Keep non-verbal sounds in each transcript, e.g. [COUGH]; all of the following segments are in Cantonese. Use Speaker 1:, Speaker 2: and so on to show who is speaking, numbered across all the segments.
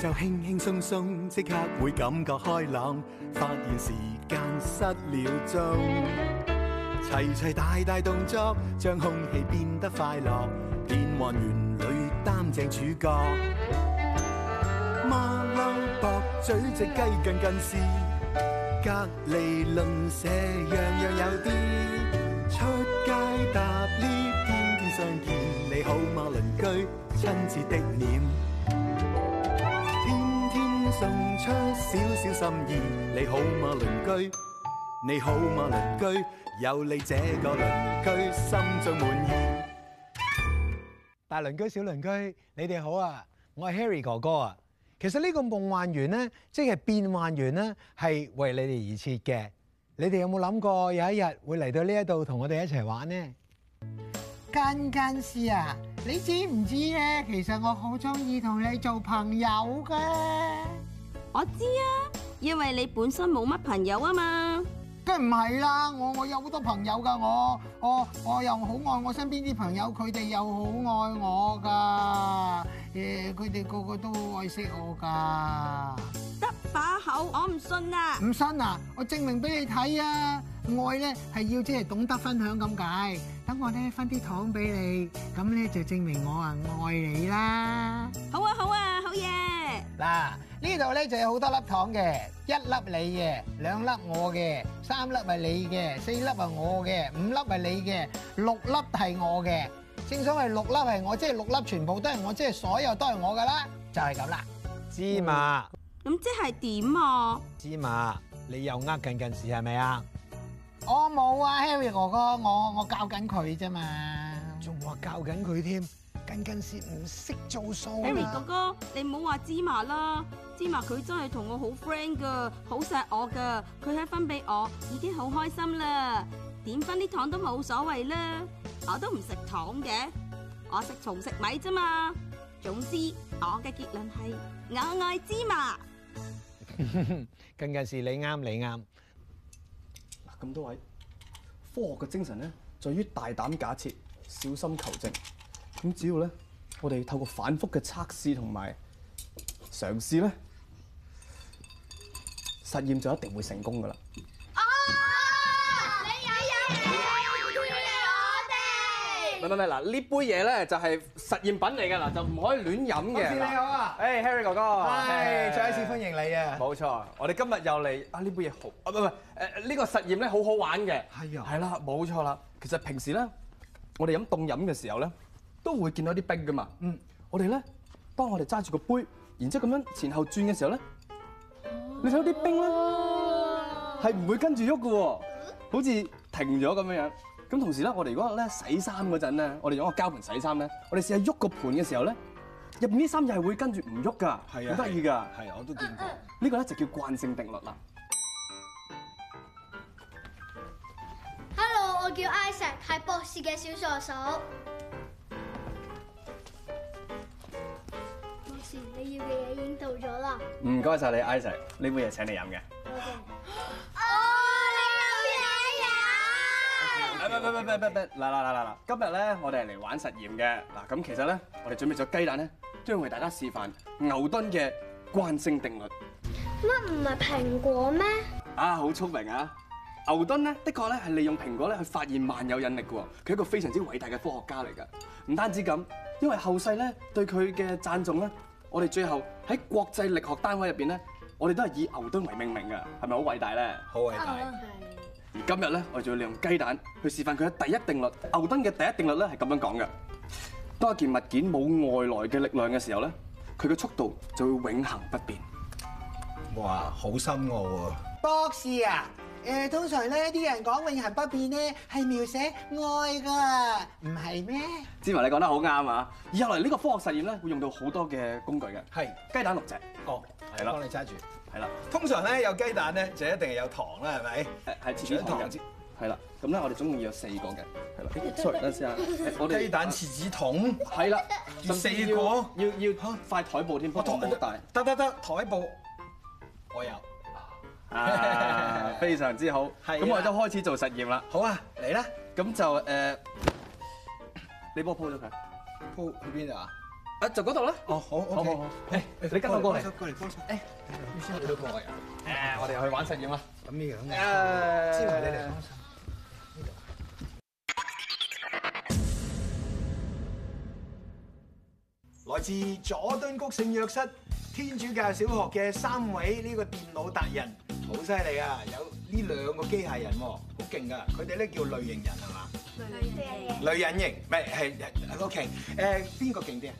Speaker 1: 就輕輕鬆鬆，即刻會感覺開朗，發現時間失了蹤。齊齊大大動作，將空氣變得快樂，變幻園裏擔正主角。馬騮駁嘴隻雞近近視，隔離鄰舍樣樣有啲。出街搭 lift，天天相見，你好嗎鄰居？親切的臉。送出少少心意，你好嗎鄰居？你好嗎鄰居？有你這個鄰居，心中滿意。
Speaker 2: 大鄰居、小鄰居，你哋好啊！我係 Harry 哥哥啊。其實呢個夢幻園呢，即係變幻園呢，係為你哋而設嘅。你哋有冇諗過有一日會嚟到呢一度同我哋一齊玩呢？
Speaker 3: 間間事啊！你知唔知咧？其實我好中意同你做朋友㗎。
Speaker 4: 我知啊，因為你本身冇乜朋友啊嘛。
Speaker 3: 梗唔係啦，我我有好多朋友㗎，我我我又好愛我身邊啲朋友，佢哋又好愛我㗎。誒，佢哋個個都愛惜我㗎。
Speaker 4: 得把口，我唔信啊！
Speaker 3: 唔信啊！我證明俾你睇啊！愛咧係要即係懂得分享咁解。等我咧分啲糖俾你，咁咧就證明我啊愛你啦。
Speaker 4: 好啊好啊好嘢！
Speaker 3: 嗱，呢度咧就有好多粒糖嘅，一粒你嘅，兩粒我嘅，三粒係你嘅，四粒係我嘅，五粒係你嘅，六粒係我嘅。正所謂六粒係我，即係六粒全部都係我，即係所有都係我噶啦，就係咁啦。
Speaker 2: 芝麻。
Speaker 4: 咁即係點啊？
Speaker 2: 芝麻，你又呃近近視係咪啊？
Speaker 3: 我冇啊，Harry 哥哥，我我教緊佢啫嘛。
Speaker 2: 仲話教緊佢添，近近視唔識做數。
Speaker 4: Harry 哥哥，你唔好話芝麻啦，芝麻佢真係同我好 friend 噶，好錫我噶，佢喺分俾我已經好開心啦。點分啲糖都冇所謂啦，我都唔食糖嘅，我食蟲食米啫嘛。總之，我嘅結論係我愛芝麻。
Speaker 2: 近近視你啱，你啱。
Speaker 5: 嗱，咁多位，科學嘅精神咧，在於大膽假設，小心求證。咁只要咧，我哋透過反覆嘅測試同埋嘗試咧，實驗就一定會成功噶啦。
Speaker 6: 哦，你有嘢我
Speaker 5: 唔係唔係，嗱呢杯嘢咧就係實驗品嚟㗎，嗱就唔可以亂飲嘅。
Speaker 2: 你好啊，
Speaker 5: 誒 Harry 哥哥，
Speaker 2: 係再一次歡迎你啊！
Speaker 5: 冇錯，我哋今日又嚟啊！呢杯嘢好啊，唔係唔係誒呢個實驗咧，好好玩嘅。
Speaker 2: 係啊
Speaker 5: 係啦，冇錯啦。其實平時咧，我哋飲凍飲嘅時候咧，都會見到啲冰噶嘛。嗯，我哋咧，當我哋揸住個杯，然之後咁樣前後轉嘅時候咧，你睇到啲冰咧係唔會跟住喐嘅喎，好似停咗咁樣樣。咁同時咧，我哋如果咧洗衫嗰陣咧，我哋用個膠盆洗衫咧，我哋試下喐個盤嘅時候咧，入面啲衫又係會跟住唔喐㗎，
Speaker 7: 係啊
Speaker 5: 好得意㗎。
Speaker 7: 係啊，我都見過。
Speaker 5: 呢個咧就叫慣性定律啦。
Speaker 6: Hello，我叫 Isaac，係博士嘅小助手。博士，你要嘅嘢已經到咗啦。
Speaker 5: 唔該晒你，Isaac，呢杯嘢請你飲嘅。
Speaker 6: 哦，
Speaker 7: 哎
Speaker 5: 唔唔
Speaker 6: 你有嘢
Speaker 5: 唔唔唔唔，嗱嗱嗱嗱嗱，今日咧我哋係嚟玩實驗嘅。嗱咁其實咧，我哋準備咗雞蛋咧，都要為大家示範牛頓嘅慣性定律。
Speaker 6: 乜唔係蘋果咩？
Speaker 5: 啊，好聰明啊！牛頓咧，的確咧係利用蘋果咧去發現萬有引力嘅喎，佢係一個非常之偉大嘅科學家嚟㗎。唔單止咁，因為後世咧對佢嘅讚頌咧，我哋最後喺國際力學單位入邊咧，我哋都係以牛頓為命名㗎，係咪好偉大咧？
Speaker 7: 好偉大。
Speaker 5: 而今日咧，我就要利用雞蛋去示範佢嘅第一定律。牛頓嘅第一定律咧係咁樣講嘅：當一件物件冇外來嘅力量嘅時候咧，佢嘅速度就會永恆不變。
Speaker 7: 哇，好深奧啊！
Speaker 3: 博士啊，誒、通常咧啲人講永恆不變咧係描寫愛噶，唔係咩？
Speaker 5: 芝麻，你講得好啱啊！以後嚟呢個科學實驗咧，會用到好多嘅工具嘅，
Speaker 7: 係，
Speaker 5: 雞蛋六隻，
Speaker 7: 哦，
Speaker 5: 係啦
Speaker 7: 幫你揸住。
Speaker 5: 係啦，
Speaker 7: 通常咧有雞蛋咧就一定係有糖啦，係咪？
Speaker 5: 誒係切
Speaker 7: 上
Speaker 5: 紙糖
Speaker 7: 糖
Speaker 5: 嘅
Speaker 7: 之，
Speaker 5: 係啦。咁咧，我哋總共要有四個嘅，係 [LAUGHS] 啦。誒，sorry，等陣先啊。誒我哋
Speaker 7: 雞蛋廁紙筒，
Speaker 5: 係啦，
Speaker 7: 要四個啊
Speaker 5: 要要要塊台布添，不過好大。
Speaker 7: 得得得，台布，我有。
Speaker 5: [LAUGHS] 啊，非常之好。
Speaker 7: 係啦
Speaker 5: 咁我哋都開始做實驗啦。
Speaker 7: 好啊，嚟啦，
Speaker 5: 咁就誒，你幫我鋪咗佢。
Speaker 7: 鋪去邊度啊？
Speaker 5: 啊，就嗰度啦。
Speaker 7: 哦，好
Speaker 5: 好好
Speaker 7: ，OK，
Speaker 5: 好，誒，你跟我過嚟，誒，
Speaker 7: 過嚟幫手。
Speaker 5: 你先去到過嚟啊。誒，我哋去玩實驗啦。啊
Speaker 3: 咁樣嘅，
Speaker 5: 誒，
Speaker 3: 支埋你嚟幫手。
Speaker 2: 來自佐敦谷聖約室天主教小學嘅三位呢個電腦達人，好犀利啊！有呢兩個機械人喎，好勁噶！佢哋咧叫類型人係嘛？類人型，唔係係係 OK。誒邊個勁啲啊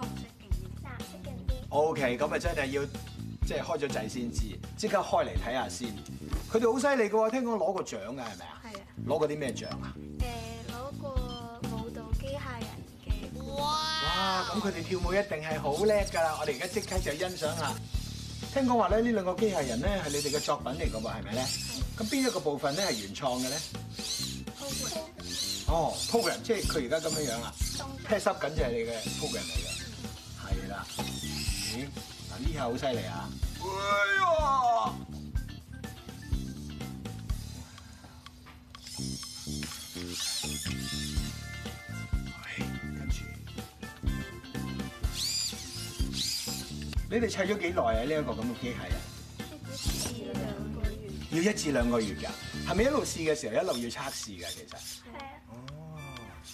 Speaker 6: 藍色嘅唔知
Speaker 2: ？OK，咁啊真係要即係開咗掣先知，即刻開嚟睇下先。佢哋好犀利嘅喎，聽講攞過獎㗎係咪啊？
Speaker 6: 係啊，
Speaker 2: 攞過啲咩獎啊？
Speaker 6: 誒攞個舞蹈機械人嘅，
Speaker 2: 哇！咁佢哋跳舞一定係好叻㗎啦！我哋而家即刻就欣賞下。聽講話咧，呢兩個機械人咧係你哋嘅作品嚟㗎喎，係咪咧？咁邊一個部分咧係原創嘅咧？哦，program 即係佢而家咁樣樣啦，test up 緊就係你嘅 program 嚟嘅，係啦。咦？嗱呢下好犀利啊！哎呀！跟住，你哋砌咗幾耐啊？呢、一個咁嘅機械人？要一至兩個月㗎，係咪一路試嘅時候一路要測試㗎？其實
Speaker 6: 係啊，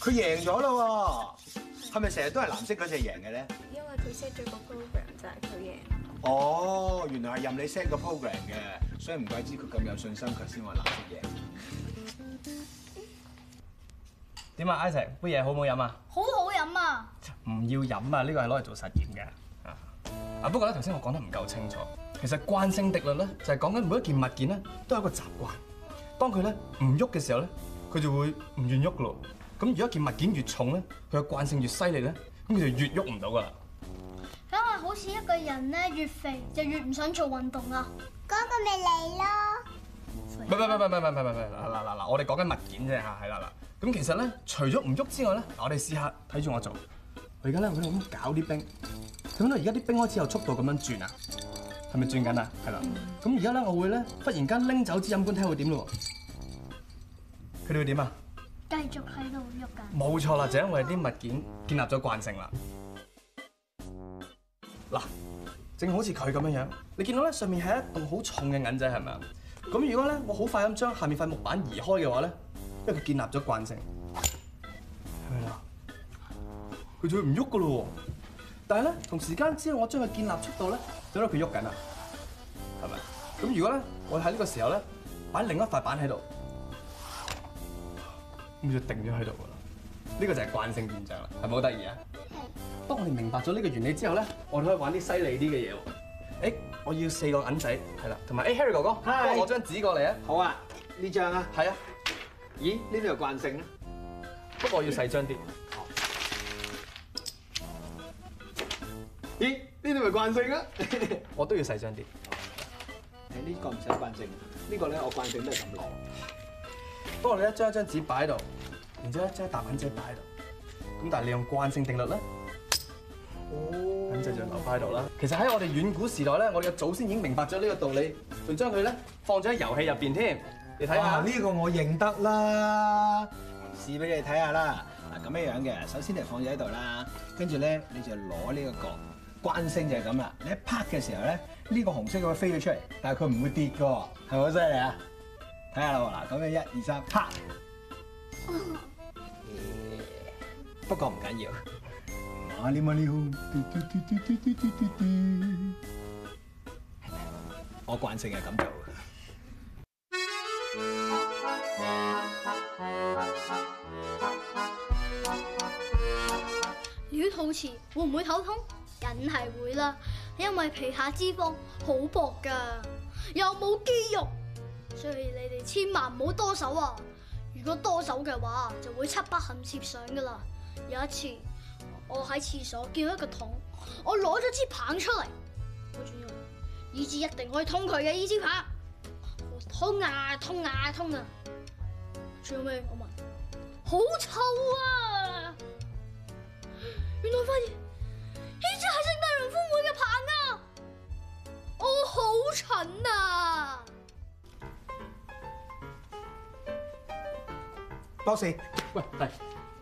Speaker 2: 佢贏咗啦喎，係咪成日都係藍色嗰只贏嘅咧？
Speaker 6: 因為佢 set 咗個 program 就係佢贏。
Speaker 2: 哦，原來係任你 set 個 program 嘅，所以唔怪之佢咁有信心，佢先話藍色贏。
Speaker 5: 點啊，Isaac，杯嘢好唔好飲啊？
Speaker 6: 好好飲啊！
Speaker 5: 唔要飲啊！呢個係攞嚟做實驗嘅。啊啊，不過咧頭先我講得唔夠清楚，其實慣性定律咧就係講緊每一件物件咧都有一個習慣，當佢咧唔喐嘅時候咧，佢就會唔願喐咯。咁如果一件物件越重咧，佢嘅慣性越犀利咧，咁佢就越喐唔到噶啦。
Speaker 6: 因為好似一個人咧越肥就越唔想做運動啊。嗰個咪你咯。
Speaker 5: 唔係唔係唔係唔係唔係唔係唔係嗱嗱嗱嗱，我哋講緊物件啫嚇，係啦嗱。咁其實咧，除咗唔喐之外咧，嗱我哋試下睇住我做。我而家咧喺度咁搞啲冰，咁到而家啲冰開始有速度咁樣轉啊，係咪轉緊啊？係啦。咁而家咧，我會咧忽然間拎走支飲管睇下會點咯喎。佢哋會點啊？
Speaker 6: 繼續喺度喐緊。
Speaker 5: 冇錯啦，就因為啲物件建立咗慣性啦。嗱，正好似佢咁樣樣，你見到咧上面係一棟好重嘅銀仔，係咪啊？咁如果咧我好快咁將下面塊木板移開嘅話咧，因為佢建立咗慣性，係咪啦？佢就會唔喐噶咯喎。但係咧，同時間只要我將佢建立速度咧，就到佢喐緊啦，係咪？咁如果咧我喺呢個時候咧擺另一塊板喺度，咁就定咗喺度噶啦。呢個就係慣性現象啦，係咪好得意啊？當我哋明白咗呢個原理之後咧，我哋可以玩啲犀利啲嘅嘢喎。誒，我要四個銀仔，係啦，同埋誒 Harry 哥哥，幫我攞張紙過嚟啊！
Speaker 2: 好啊，呢張啊，
Speaker 5: 係啊，
Speaker 2: 咦呢度有慣性咧？啊
Speaker 5: 不過我要細張啲。
Speaker 2: 咦呢度咪慣性啊？
Speaker 5: [LAUGHS] 我都要細張啲。
Speaker 2: 誒呢個唔使慣性，啊呢個咧我慣性都係咁攞。
Speaker 5: 不過你一張一張紙擺喺度，然之後一張一沓銀仔擺喺度。咁但係你用慣性定律咧，銀仔就留翻喺度啦。其實喺我哋遠古時代咧，我哋嘅祖先已經明白咗呢個道理，仲將佢咧放咗喺遊戲入邊添。你睇下
Speaker 2: 啊！呢、個我認得啦，試俾你睇下啦。
Speaker 8: 嗯
Speaker 2: 嗱咁樣樣嘅，首先你放咗喺度啦，跟住咧你就攞呢個角，慣性就係咁啦。你一拍嘅時候咧，呢、個紅色會飛咗出嚟，但係佢唔會跌嘅喎，係咪好犀利啊？睇下啦喎，嗱咁樣一二三，啪！不過唔緊要。馬里馬里奧嘟嘟嘟嘟嘟嘟嘟嘟嘟我慣性係咁做嘅。
Speaker 6: 亂肚臍會唔會頭痛？梗係會啦，因為皮下脂肪好薄㗎，又冇肌肉，所以你哋千萬唔好多手啊！如果多手嘅話，就會七不幸設想㗎啦。有一次，我喺廁所見到一個桶，我攞咗支棒出嚟，我仲以為呢支一定可以通佢嘅呢支棒，我通啊通啊通啊，最後尾我問：好臭啊！原來發現呢只係聖誕龍峰會嘅棒啊！我好蠢啊！
Speaker 2: 博士。
Speaker 5: 喂，嚟。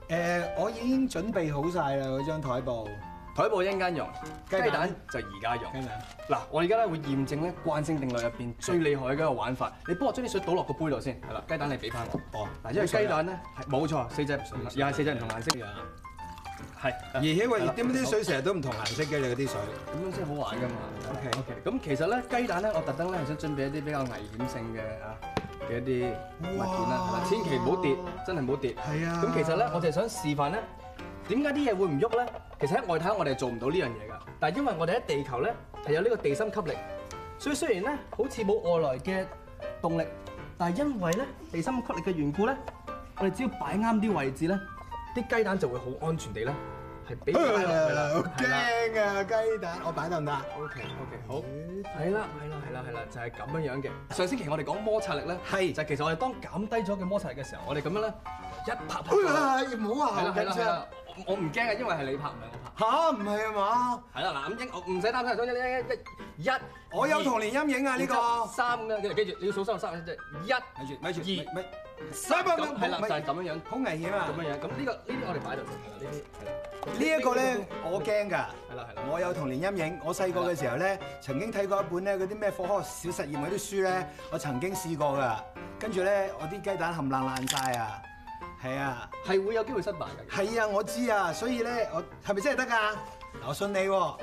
Speaker 2: 誒、我已經準備好晒啦嗰張台布，
Speaker 5: 台布一間用，雞
Speaker 2: 雞蛋
Speaker 5: 蛋就而家用。
Speaker 2: 雞蛋
Speaker 5: 嗱，我而家咧會驗證咧慣性定律入邊最厲害嘅一個玩法。你幫我將啲水倒落個杯度先，係啦，雞蛋你俾翻我。
Speaker 2: 哦
Speaker 5: 嗱，因為雞蛋咧係冇錯，四隻唔係又啊係四隻唔同顏色嘅，係。
Speaker 8: 而且喂
Speaker 5: 係啦，
Speaker 8: 點解啲水成日都唔同顏色嘅？你嗰啲水
Speaker 5: 咁樣先好玩噶嘛。
Speaker 8: OK
Speaker 5: OK，咁其實咧雞蛋咧，我特登咧係想準備一啲比較危險性嘅啊嘅一啲物件啦，係啦，千祈唔好跌，真係唔好跌。
Speaker 8: 係啊
Speaker 5: 咁其實咧，我就係想示範咧，點解啲嘢會唔喐咧？其實喺外太空我哋係做唔到呢樣嘢㗎，但係因為我哋喺地球咧係有呢個地心吸力，所以雖然咧好似冇外來嘅動力，但係因為咧地心吸力嘅緣故咧，我哋只要擺啱啲位置咧，啲雞蛋就會好安全地咧係俾佢擺落
Speaker 8: [LAUGHS]
Speaker 5: 去啦。
Speaker 8: 好
Speaker 5: 係啦
Speaker 8: 驚啊！雞蛋我擺得唔得啊？
Speaker 5: OK OK，好，係啦係啦係啦係啦，就係咁樣樣嘅。上星期我哋講摩擦力咧，
Speaker 8: 係
Speaker 5: 就係其實我哋當減低咗嘅摩擦力嘅時候，我哋咁樣咧一拍拍
Speaker 8: 哎
Speaker 5: 落去，
Speaker 8: 呀，唔好
Speaker 5: 係
Speaker 8: 話
Speaker 5: 啦
Speaker 8: 好
Speaker 5: 係
Speaker 8: 緊
Speaker 5: 啦係
Speaker 8: 張
Speaker 5: 啦，我我唔驚啊，因為係你拍唔係我
Speaker 8: 嚇，唔係啊嘛？
Speaker 5: 拍。係啦嗱，咁一我唔使擔心，一一一一，
Speaker 8: 我有童年陰影啊！
Speaker 5: 二
Speaker 8: 呢個
Speaker 5: 然之後三嘅，跟住記住你要數三三即係
Speaker 8: 咪住咪住
Speaker 5: 一二
Speaker 8: 咪三
Speaker 5: 咁係啦，就係
Speaker 8: 咪
Speaker 5: 咁樣樣
Speaker 8: 好危險啊
Speaker 5: 咁！樣樣。咁呢個呢啲我哋擺喺度先係啦，呢啲係啦
Speaker 8: 呢一個咧，我驚㗎。
Speaker 5: 係啦係啦
Speaker 8: 我有童年陰影。我細個嘅時候咧，曾經睇過一本咧嗰啲咩科學小實驗嗰啲書咧，我曾經試過㗎。跟住咧，我啲雞蛋冚爛爛晒啊！係啊，
Speaker 5: 係會有機會失敗嘅。
Speaker 8: 係啊，我知啊。所以咧，我係咪真係得㗎？嗱，我信你喎。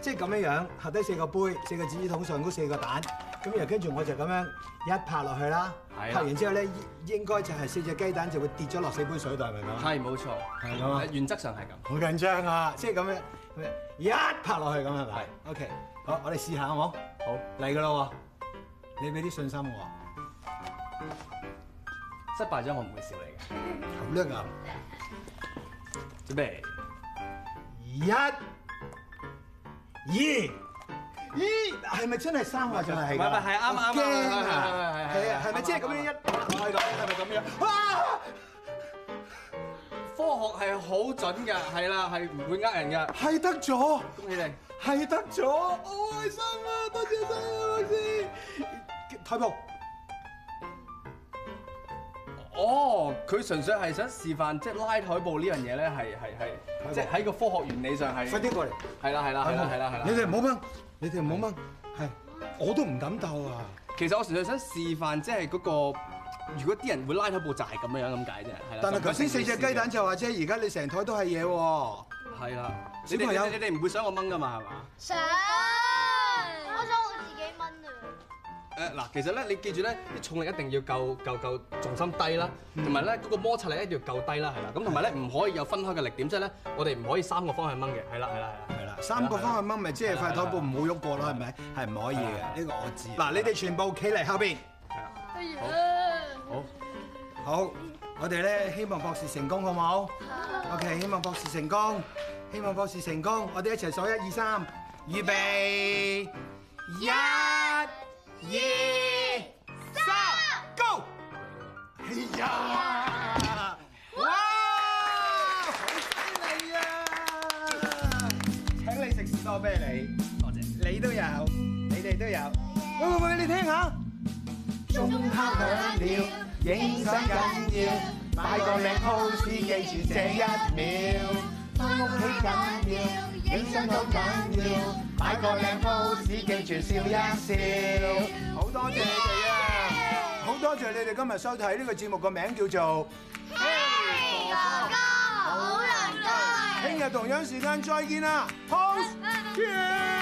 Speaker 8: 即係咁樣樣，下低四個杯，四個紙紙筒，上高四個蛋。咁然後跟住我就咁樣一拍落去啦。
Speaker 5: 係啦
Speaker 8: 拍完之後咧，應應該就係四隻雞蛋就會跌咗落四杯水度，係咪咁啊？
Speaker 5: 係冇錯，
Speaker 8: 係咁啊
Speaker 5: 原則上係咁。
Speaker 8: 好緊張啊！即係咁樣，咁樣一拍落去咁係咪？
Speaker 5: 係
Speaker 8: OK，好，我哋試下好冇？
Speaker 5: 好
Speaker 8: 嚟噶啦喎！你俾啲信心我，
Speaker 5: 失敗咗我唔會笑你嘅。
Speaker 8: 好叻啊！
Speaker 5: 準備。
Speaker 8: 一、二、咦，係咪真係三啊？真係係㗎。
Speaker 5: 唔係唔係係啱啱
Speaker 8: 我驚
Speaker 5: 啱啱
Speaker 8: 啊！
Speaker 5: 係係係係
Speaker 8: 係啊，係咪即係咁樣一拍落去咁？係咪咁樣？哇！
Speaker 5: 科學係好準㗎，係啦，係唔會呃人㗎。
Speaker 8: 係得咗，
Speaker 5: 恭喜你，
Speaker 8: 係得咗，好開心啊！多謝晒啊，老師。台步，
Speaker 5: 哦，佢純粹係想示範，即係拉台布呢樣嘢咧，係係係，即係喺個科學原理上係。
Speaker 8: 快啲過嚟。
Speaker 5: 係啦係啦係啦係啦係啦。
Speaker 8: 你哋唔好掹，你哋唔好掹，係我都唔敢鬥啊！
Speaker 5: 其實我純粹想示範，即係嗰個，如果啲人會拉台布就係咁樣樣咁解啫，係啦。
Speaker 8: 但係
Speaker 5: 就唔係
Speaker 8: 頭先四隻雞蛋
Speaker 5: 成件事
Speaker 8: 就話啫，而家你成台都係嘢喎。
Speaker 5: 係啦，你
Speaker 8: 小
Speaker 5: 哋
Speaker 8: 朋友
Speaker 5: 你哋你哋唔會想我掹㗎嘛係嘛？
Speaker 6: 想，我想我自己掹啊！
Speaker 5: 誒嗱，其實咧，你記住咧，啲重力一定要夠夠夠重心低啦，
Speaker 8: 嗯
Speaker 5: 同埋咧嗰個摩擦力一定要夠低啦，係啦，咁同埋咧唔可以有分開嘅力點，即係咧我哋唔可以三個方向掹嘅，係啦係啦係啦，
Speaker 8: 係啦，三個方向掹咪即係塊台布唔好喐過咯，係咪？係唔可以嘅，呢個我知。啊嗱，你哋全部企嚟後邊。
Speaker 6: 哎呀，
Speaker 5: 好，
Speaker 8: 好，我哋咧希望博士成功，好冇？OK，希望博士成功，希望博士成功。我哋一齊數一二三，預備，一、二、三，Go！哎呀，哇，好犀利啊！請你食士多啤梨，多謝。你都有，你哋都有。喂喂喂，你聽下。鐘刻響了，影相緊要，擺個靚 pose 記住這一秒。翻屋企緊要，影相都緊要，擺個靚 pose 記住笑一笑。好多謝你哋啊！好多謝你哋今日收睇呢個節目，個名叫做
Speaker 6: 哥哥好難追。
Speaker 8: 《聽日同樣時間再見啦》，Pose Cheers。